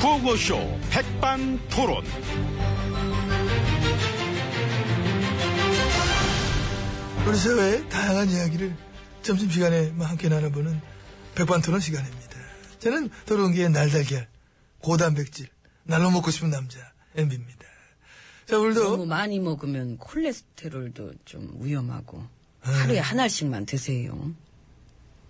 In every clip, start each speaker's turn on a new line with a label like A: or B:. A: 구호쇼 백반토론.
B: 우리 사회의 다양한 이야기를 점심시간에 뭐 함께 나눠보는 백반토론 시간입니다. 저는 토론기의 날달걀, 고단백질, 날로 먹고 싶은 남자, MB입니다. 자,
C: 너무
B: 오늘도
C: 많이 먹으면 콜레스테롤도 좀 위험하고
B: 네.
C: 하루에 하나씩만 드세요.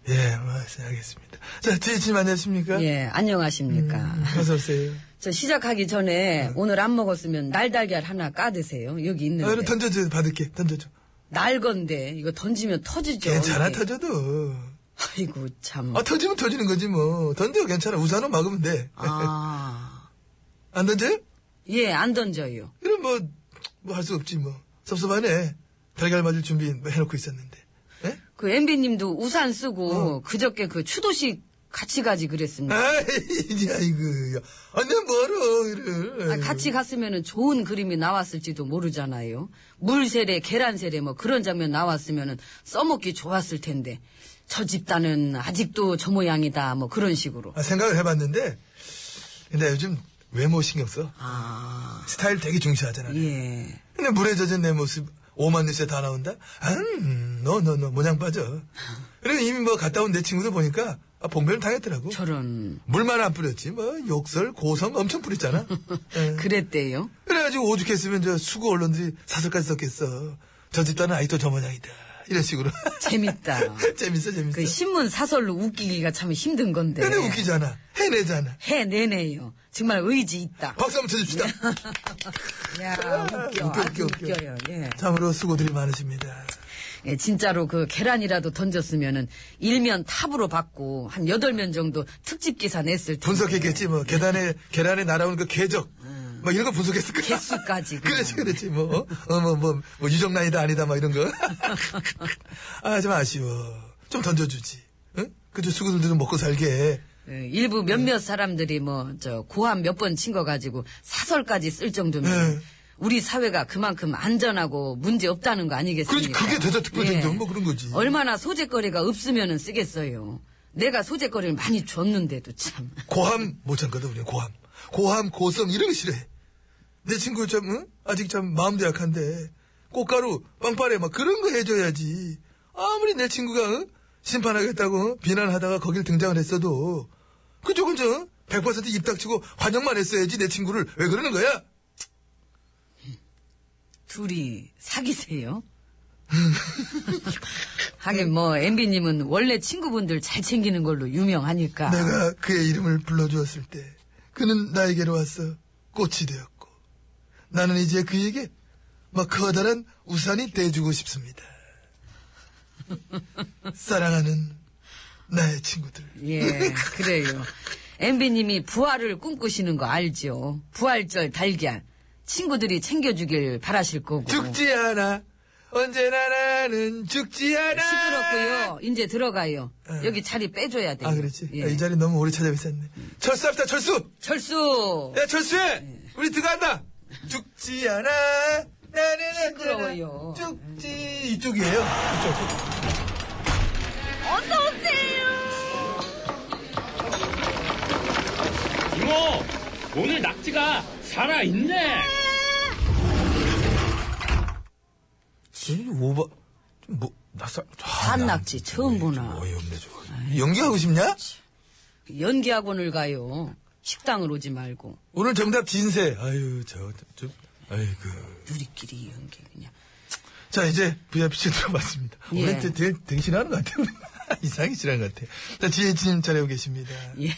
B: 예, 뭐, 알겠습니다. 자, 지혜님 안녕하십니까?
C: 예, 안녕하십니까.
B: 음. 어서오세요.
C: 저 시작하기 전에 오늘 안 먹었으면 날달걀 하나 까드세요. 여기
B: 네. 아, 이거
C: 있는데.
B: 던져줘, 받을게, 던져줘.
C: 날 건데 이거 던지면 터지죠.
B: 괜찮아,
C: 이게.
B: 터져도.
C: 아이고 참.
B: 아, 터지면 터지는 거지, 뭐. 던져, 괜찮아. 우산으로 막으면 돼.
C: 아.
B: 안 던져요?
C: 예, 안 던져요.
B: 이런 뭐, 뭐 할 수 없지, 뭐. 섭섭하네. 달걀 맞을 준비 뭐 해놓고 있었는데. 예?
C: 그 MB님도 우산 쓰고
B: 어.
C: 그저께 그 추도식 같이 가지 그랬습니다.
B: 아이, 아이고, 야. 아니, 뭐하러, 이를.
C: 아, 같이 갔으면 좋은 그림이 나왔을지도 모르잖아요. 물세례, 계란세례 뭐 그런 장면 나왔으면 써먹기 좋았을 텐데. 저 집단은 아직도 저 모양이다 뭐 그런 식으로.
B: 아, 생각을 해봤는데, 근데 요즘 외모 신경 써.
C: 아,
B: 스타일 되게 중시하잖아.
C: 예.
B: 근데 물에 젖은 내 모습, 오만 뉴스에 다 나온다? 아, 음, 너, 너, 너, 모양 빠져. 그리고 이미 뭐 갔다 온 내 친구들 보니까, 아, 봉변을 당했더라고.
C: 저런.
B: 물만 안 뿌렸지, 뭐, 욕설, 고성 엄청 뿌렸잖아. 예.
C: 음. 그랬대요.
B: 그래가지고 오죽했으면 저 수구 언론들이 사설까지 썼겠어. 저 집단은 아직도 저 모양이다. 이런 식으로.
C: 재밌다.
B: 재밌어, 재밌어.
C: 그 신문 사설로 웃기기가 참 힘든 건데.
B: 근데 웃기잖아. 해내잖아.
C: 해내네요. 정말 의지 있다.
B: 박수 한번 쳐줍시다.
C: 야, 어? 웃겨.
B: 웃겨,
C: 아주
B: 웃겨, 웃겨.
C: 웃겨요. 예.
B: 참으로 수고들이 많으십니다.
C: 예, 진짜로 그 계란이라도 던졌으면은 일면 탑으로 받고 한 여덟 면 정도 특집 기사 냈을 텐데.
B: 분석했겠지, 뭐. 계단에, 계란에 날아오는 그 궤적. 뭐 이런 거 분석했을 거야.
C: 음. 개수까지 그냥.
B: 그렇지, 그렇지, 뭐. 어, 뭐, 뭐, 뭐, 유정란이다, 아니다, 막 이런 거. 아, 좀 아쉬워. 좀 던져주지. 응? 그저 수구들도 먹고 살게.
C: 예, 일부 몇몇 사람들이 뭐 저 고함 몇 번 친 거 가지고 사설까지 쓸 정도면
B: 예.
C: 우리 사회가 그만큼 안전하고 문제 없다는 거 아니겠습니까? 예.
B: 그렇지, 그게 대자 특별전쟁 뭐 그런 거지.
C: 얼마나 소재거리가 없으면은 쓰겠어요. 내가 소재거리를 많이 줬는데도 참.
B: 고함 못 참거든 우리 고함 고함 고성 이런 거 싫어해 내 친구 참 응? 아직 참 마음도 약한데 꽃가루 빵빠레 막 그런 거 해줘야지 아무리 내 친구가 응? 심판하겠다고 응? 비난하다가 거길 등장을 했어도 그쪽은 저 100%입 닥치고 환영만 했어야지 내 친구를 왜 그러는 거야?
C: 둘이 사귀세요? 하긴 뭐 MB님은 원래 친구분들 잘 챙기는 걸로 유명하니까
B: 내가 그의 이름을 불러주었을 때 그는 나에게로 와서 꽃이 되었고 나는 이제 그에게 막 커다란 우산이 돼주고 싶습니다. 사랑하는 나의 친구들.
C: 예 그래요 MB님이 부활을 꿈꾸시는 거 알죠 부활절 달걀 친구들이 챙겨주길 바라실 거고
B: 죽지 않아. 언제나 나는 죽지 않아.
C: 시끄럽고요 이제 들어가요 여기 자리 빼줘야 돼요
B: 네. 아, 그렇지.
C: 예.
B: 야, 이 자리 너무 오래 찾아있었네. 철수합시다, 철수!
C: 철수
B: 야, 철수해! 우리 들어간다! 죽지 않아! 나는
C: 시끄러워요.
B: 언제나 죽지! 이쪽이에요. 이쪽.
A: 이모, 오늘 낙지가 살아있네.
B: 지금 오바 좀 뭐 낯설 아, 나
C: 반낙지 처음 보나
B: 어이없네 저거 연기하고 싶냐?
C: 연기학원을 가요 식당을 오지 말고
B: 오늘 정답 진세 아유 저좀 아이고
C: 우리끼리 연기 그냥
B: 자 이제 VIPC 들어봤습니다
C: 예.
B: 오늘 되게- 되게 등신하는 것 같아요 이상이 지난 것 같아요 자 지혜진님 잘하고 계십니다
C: 예.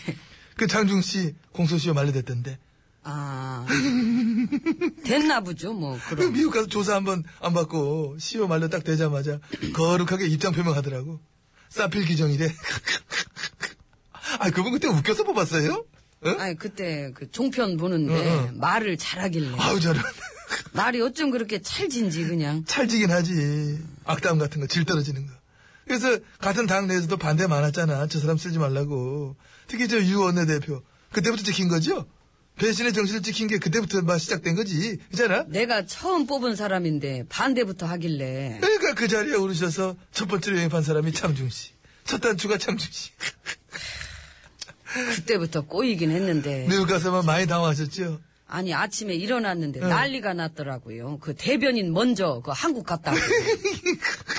B: 그 장중씨 공소시효 만료됐던데
C: 아. 됐나 보죠, 뭐,
B: 그
C: 그럼.
B: 미국 가서 조사 한번 안 받고 시효 만료 딱 되자마자 거룩하게 입장 표명하더라고 사필 규정이래 아 그분 그때 웃겨서 뽑았어요? 응?
C: 아니, 그때 그 종편 보는데
B: 어, 어.
C: 말을 잘하길래.
B: 아우 저런
C: 말이 어쩜 그렇게 찰진지, 그냥.
B: 찰지긴 하지 악담 같은 거 질 떨어지는 거 그래서 같은 당 내에서도 반대 많았잖아 저 사람 쓰지 말라고 특히 저 유 원내대표 그때부터 찍힌 거죠 배신의 정신을 찍힌 게 그때부터 막 시작된 거지 그잖아
C: 내가 처음 뽑은 사람인데 반대부터 하길래.
B: 그러니까 그 자리에 오르셔서 첫 번째로 영입한 사람이 참중씨 첫 단추가 참중씨
C: 그때부터 꼬이긴 했는데.
B: 미국 가서만 많이 당황하셨죠?
C: 아니 아침에 일어났는데 난리가 났더라고요. 그 대변인 먼저 그 한국 갔다고.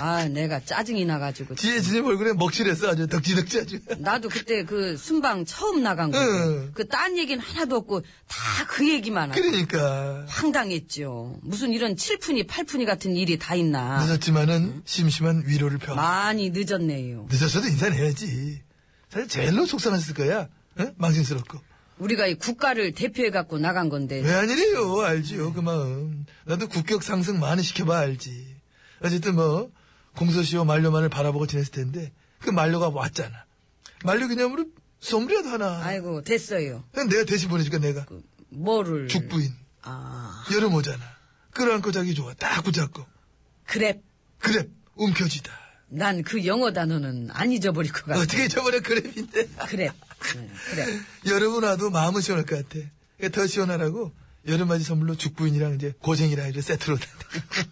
C: 아 내가 짜증이 나가지고.
B: 지혜진님 얼굴에 먹칠했어 아주 덕지덕지 아주
C: 나도 그때 그 순방 처음 나간
B: 응.
C: 거고. 그 딴 얘기는 하나도 없고 다 그 얘기만 하고.
B: 그러니까
C: 황당했죠. 무슨 이런 칠푼이 팔푼이 같은 일이 다 있나.
B: 늦었지만은 심심한 위로를 펴
C: 많이 늦었네요.
B: 늦었어도 인사는 해야지 사실 제일로 속상했을 거야 응? 망신스럽고
C: 우리가 이 국가를 대표해 갖고 나간 건데
B: 왜 아니래요 알지요 그 마음 나도 국격 상승 많이 시켜봐 알지 어쨌든 뭐 공소시효 만료만을 바라보고 지냈을 텐데 그 만료가 왔잖아 만료 기념으로 선물이라도 하나
C: 아이고 됐어요.
B: 내가 대신 보내줄까 내가
C: 뭐를
B: 죽부인
C: 아
B: 여름 오잖아 끌어안고 자기 좋아 딱 붙잡고
C: 그래
B: 그래 움켜쥐다
C: 난 그 영어 단어는 안 잊어버릴 것 같아.
B: 어떻게 저번에 그랩인데
C: 그래 응, 그래.
B: 여름은 와도 마음은 시원할 것 같아 그러니까 더 시원하라고 여름맞이 선물로 죽부인이랑 이제 고쟁이랑 이제 세트로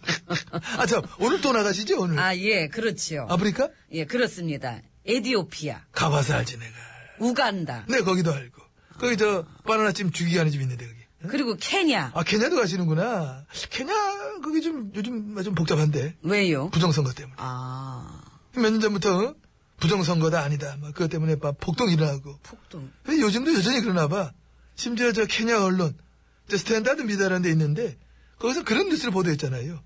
B: 아참 오늘 또 나가시죠 오늘
C: 아 예 그렇지요.
B: 아프리카 뭐.
C: 예 그렇습니다. 에디오피아,
B: 가봐서 알지 내가
C: 우간다,
B: 네 거기도 알고 거기 저 바나나찜 죽이기 하는 집 있는데 거기
C: 그리고 케냐.
B: 아 케냐도 가시는구나 케냐 거기 좀 요즘 좀 복잡한데
C: 왜요?
B: 부정선거 때문에
C: 아
B: 몇 년 전부터 어? 부정선거다 아니다 막 그것 때문에 막 폭동 일어나고
C: 폭동.
B: 근데 요즘도 여전히 그러나 봐. 심지어 저 케냐 언론, 저 스탠다드 미디어라는 데 있는데, 거기서 그런 뉴스를 보도했잖아요.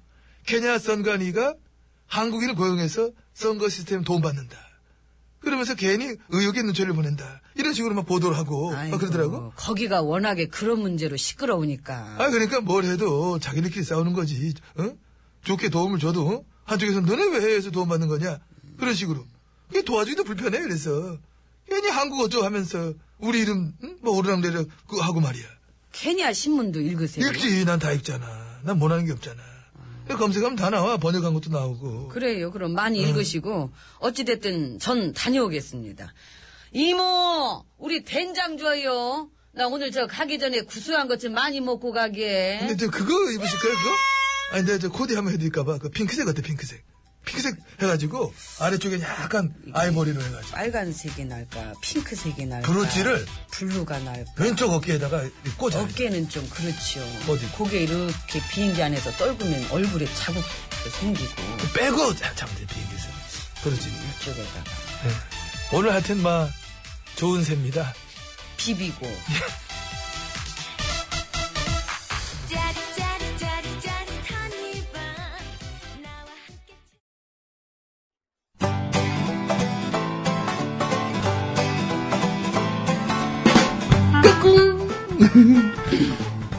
B: 케냐 선관위가 한국인을 고용해서 선거 시스템 도움받는다. 그러면서 괜히 의혹의 눈초리를 보낸다. 이런 식으로 막 보도를 하고, 막
C: 아이고,
B: 어, 그러더라고.
C: 거기가 워낙에 그런 문제로 시끄러우니까.
B: 아, 그러니까 뭘 해도 자기네끼리 싸우는 거지. 어? 좋게 도움을 줘도, 어? 한쪽에서 너네 왜 해외에서 도움받는 거냐? 그런 식으로. 이게 도와주기도 불편해, 그래서. 괜히 한국 어쩌고 하면서, 우리 이름, 응? 뭐, 오르락내락, 그 하고 말이야.
C: 케냐 신문도 읽으세요.
B: 읽지, 난 다 읽잖아. 난 못하는 게 없잖아. 검색하면 다 나와. 번역한 것도 나오고.
C: 그래요. 그럼 많이
B: 어.
C: 읽으시고 어찌됐든 전 다녀오겠습니다. 이모, 우리 된장 줘요. 나 오늘 저 가기 전에 구수한 것 좀 많이 먹고 가게.
B: 근데 저 그거 입으실까요, 그거? 아니, 내가 저 코디 한번 해드릴까봐. 그 핑크색 어때, 핑크색? 핑크색 해가지고, 아래쪽에 약간 아이보리로 해가지고.
C: 빨간색이 날까, 핑크색이 날까.
B: 브로치를?
C: 블루가 날까.
B: 왼쪽 어깨에다가 꽂아.
C: 어깨는 좀 그렇죠.
B: 어디?
C: 고개 이렇게 비행기 안에서 떨구면 얼굴에 자국 생기고
B: 빼고 자- 자면 돼 비행기에서 그렇지
C: 이쪽에다가
B: 예. 오늘 하여튼 막 좋은 새입니다
C: 비비고.
D: 짜릿짜릿짜릿짜릿한 이 밤 나와 함께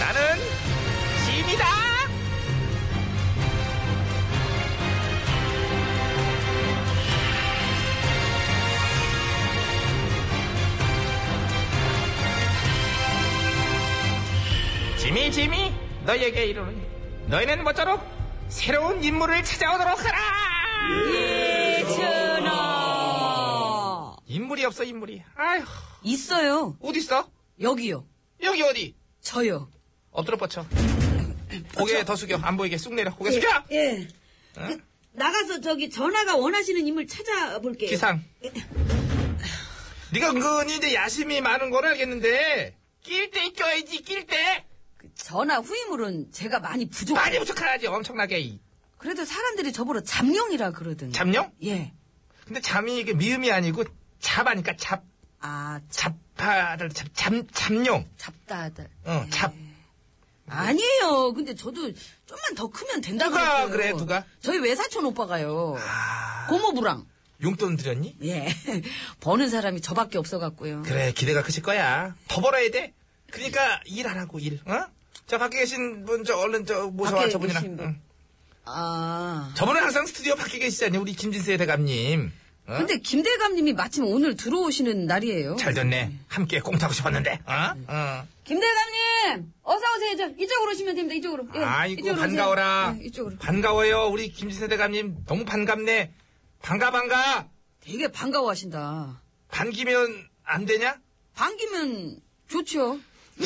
A: 나는 짐이다.
E: 지미 지미 너에게 이르노니 너희는 모쪼록 새로운 인물을 찾아오도록 하라
C: 전하
E: 인물이 없어 인물이 아휴
C: 있어요.
E: 어디 있어
C: 여기요.
E: 여기 어디
C: 저요.
E: 엎드려 뻗쳐 고개 더 숙여 안 보이게 쑥 내려 고개 숙여
F: 예.
E: 어?
F: 그, 나가서 저기 전화가 원하시는 인물 찾아볼게요.
E: 기상 네가 은근히 이제 야심이 많은 걸 알겠는데 낄 때 껴야지 낄때
C: 전화 후임으로는 제가 많이 부족.
E: 많이 부족하지 엄청나게 이.
C: 그래도 사람들이 저보러 잠룡이라 그러던.
E: 잠룡?
C: 예.
E: 근데 잠이 이게 미음이 아니고 잡하니까 잡,
C: 아,
E: 잡하들, 잡, 잠, 잠룡.
C: 잡다들. 예.
E: 어, 잡.
C: 아니에요. 근데 저도 좀만 더 크면 된다
E: 누가
C: 그랬어요.
E: 그래, 누가? 아.
C: 저희 외사촌 오빠가요. 고모부랑.
E: 용돈 드렸니?
C: 예. 버는 사람이 저밖에 없어갖고요.
E: 그래, 기대가 크실 거야. 더 벌어야 돼. 그러니까 일 안 하고 일, 어? 저 밖에 계신 분, 저 얼른 저 모셔와
F: 밖에
E: 저분이랑.
F: 계신 분.
E: 응.
C: 아.
E: 저분은 항상 스튜디오 밖에 계시잖니, 우리 김진세 대감님. 어?
C: 근데 김대감님이 마침 오늘 들어오시는 날이에요.
E: 잘 됐네. 함께 꽁타고 싶었는데, 어? 어.
F: 김대감님, 어서오세요. 저, 이쪽으로 오시면 됩니다. 이쪽으로. 예,
E: 아이고,
F: 이쪽으로 오세요.
E: 반가워라.
F: 예, 이쪽으로.
E: 반가워요, 우리 김진세 대감님. 너무 반갑네. 반가, 반가.
C: 되게 반가워하신다.
E: 반기면 안 되냐?
C: 반기면 좋죠.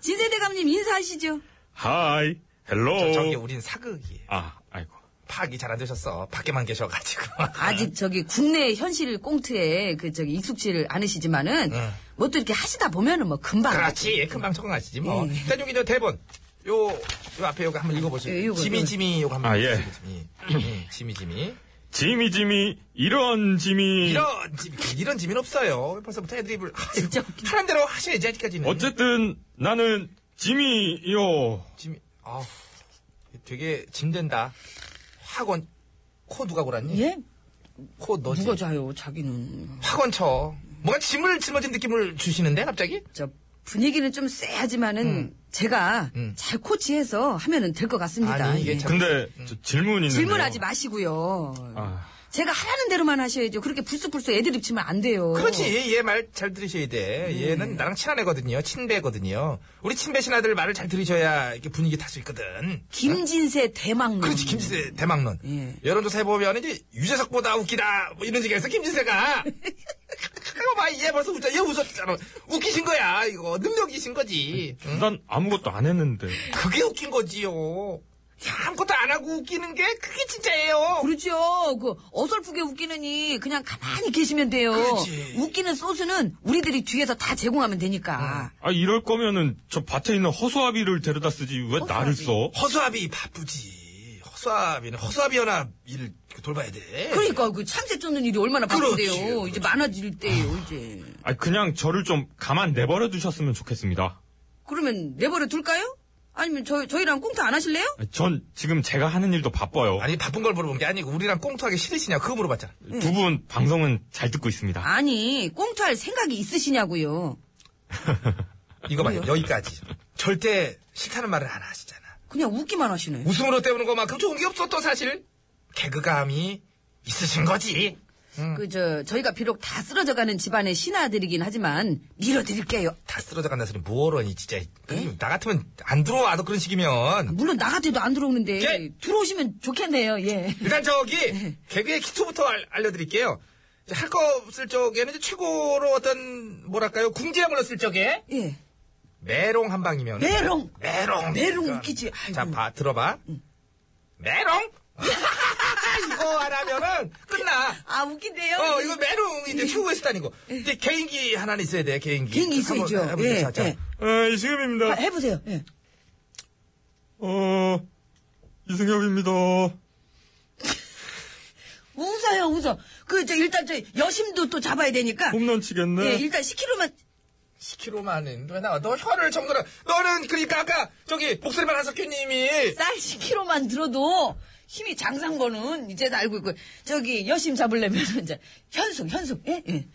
C: 진세대감님 인사하시죠.
G: 하이, 헬로.
C: 어.
E: 저, 저기 우린 사극이에요.
G: 아, 아이고.
E: 파악이 잘 안 되셨어. 밖에만 계셔가지고.
C: 아직 저기 국내 현실 꽁트에 그 저기 익숙지를 않으시지만은
E: 응.
C: 뭐 또 이렇게 하시다 보면은 뭐 금방
E: 네. 그렇지. 예, 금방 적응하시지 뭐.
C: 예.
E: 일단 여기 저 대본. 요, 요 앞에 요거 한번 읽어보세요.
C: 예, 요거,
E: 지미
C: 요거.
E: 지미 요거 한번
G: 아, 예.
E: 읽어보세요. 지미. 예, 지미 지미.
G: 지미지미, 이런 지미.
E: 이런 지미 이런 지미는 없어요. 벌써부터 애드립을
C: 예. 진짜
E: 아이고,
C: 웃기다.
E: 하는 대로 하셔야지 아직까지는.
G: 어쨌든, 나는 지미요.
E: 지미. 아, 되게 짐된다. 학원 코 누가 골았니?
C: 예?
E: 코 너지.
C: 누가 자요 자기는
E: 학원 쳐. 뭔가 짐을 짊어진 느낌을 주시는데 갑자기?
C: 저 분위기는 좀 쎄하지만은 제가
E: 음.
C: 잘 코치해서 하면은 될 것 같습니다.
E: 아니, 이게
C: 예.
E: 참-
G: 근데, 저 질문 있는데.
C: 질문하지 마시고요.
G: 아.
C: 제가 하라는 대로만 하셔야죠. 그렇게 불쑥불쑥 애드립 치면 안 돼요.
E: 그렇지. 얘 말 잘 들으셔야 돼.
C: 네.
E: 얘는 나랑 친한 애거든요. 친배거든요. 우리 친배 신하들 말을 잘 들으셔야 이렇게 분위기 탈 수 있거든.
C: 김진세 대망론.
E: 그렇지, 김진세 대망론.
C: 예.
E: 여론조사 해보면 이제 유재석보다 웃기다. 뭐 이런 얘기가 있어, 김진세가. 이거 봐, 얘 벌써 웃자. 얘 웃었잖아. 웃기신 거야, 이거. 능력이신 거지. 응?
G: 난 아무것도 안 했는데.
E: 그게 웃긴 거지요. 아무것도 안 하고 웃기는 게 그게 진짜예요.
C: 그렇죠. 그 어설프게 웃기느니 그냥 가만히 계시면 돼요.
E: 그렇지.
C: 웃기는 소스는 우리들이 뒤에서 다 제공하면 되니까.
G: 아, 이럴 거면은, 저 밭에 있는 허수아비를 데려다 쓰지, 왜 나를 써?
E: 허수아비 바쁘지. 허수아비는 허수아비여나 일을 돌봐야 돼.
C: 그러니까 그 참새 쫓는 일이 얼마나 바쁜데요.
E: 그렇지, 그렇지.
C: 이제 많아질 때예요. 이제
G: 아, 그냥 저를 좀 가만 내버려 두셨으면 좋겠습니다.
C: 그러면 내버려 둘까요? 아니면 저 저희랑 꽁트 안 하실래요?
G: 아, 전 지금 제가 하는 일도 바빠요.
E: 아니 바쁜 걸 물어본 게 아니고 우리랑 꽁투하기 싫으시냐 그거 물어봤잖아.
G: 두 분 방송은 잘 듣고 있습니다.
C: 아니 꽁트할 생각이 있으시냐고요.
E: 이거 봐요 여기까지. 절대 싫다는 말을 안 하시잖아.
C: 그냥 웃기만 하시네.
E: 웃음으로 때우는 것만큼 좋은 게 없어 또 사실. 개그감이 있으신 거지.
C: 그 저 저희가 비록 다 쓰러져가는 집안의 신하들이긴 하지만 밀어드릴게요.
E: 다 쓰러져 간다 소리 뭐하러니 진짜. 음, 나 같으면 안 들어와도 그런 식이면.
C: 물론 나 같아도 안 들어오는데
E: 예.
C: 들어오시면 좋겠네요. 예.
E: 일단 저기 개그의 기초부터 알, 알려드릴게요. 할 거 없을 적에는 이제 최고로 어떤 뭐랄까요 궁지형을 넣었을 적에
C: 예.
E: 메롱 한 방이면
C: 메롱.
E: 메롱 그러니까
C: 메롱 웃기지. 아이고.
E: 자 봐, 들어봐 메롱 이거 안 하면은 끝나
C: 아 웃긴데요.
E: 어 이거 메롱 이제 최고의 스타일이고 이제 개인기 하나는 있어야 돼 개인기
C: 예. 개인기 있어야죠.
E: 한번 해보자.
C: 예,
E: 자, 자.
C: 예.
G: 아,
C: 아,
G: 이승엽입니다.
C: 해보세요. 예.
G: 어, 이승엽입니다.
C: 웃어요 웃어. 그 저 일단 저 여심도 또 잡아야 되니까.
E: 음,
G: 홈런 치겠네.
C: 예, 일단 10kg만
E: 10kg만은 왜 나와 너 혀를 정도라 너는 그러니까 아까 저기 목소리만 한석규님이
C: 쌀 10kg만 들어도 힘이 장산 거는 이제 다 알고 있고 저기 여심 잡으려면 이제 현숙 현숙 예? 예.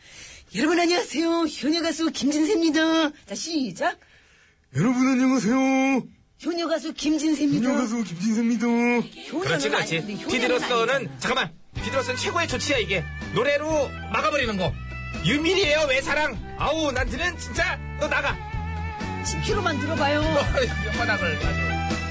C: 여러분 안녕하세요 효녀 가수 김진세입니다 자 시작
G: 여러분 안녕하세요.
C: 효녀 가수 김진세입니다
G: 김진세입니다.
C: 효녀는
E: 그렇지 그렇지
C: 아닌데 효녀는 아니잖아.
E: 피디로서는 잠깐만 피디로서는 최고의 조치야 이게 노래로 막아버리는 거 유민이에요 왜 사랑 아우 난 드는 진짜 너 나가
C: 10kg만 들어봐요
E: 화나을 가지고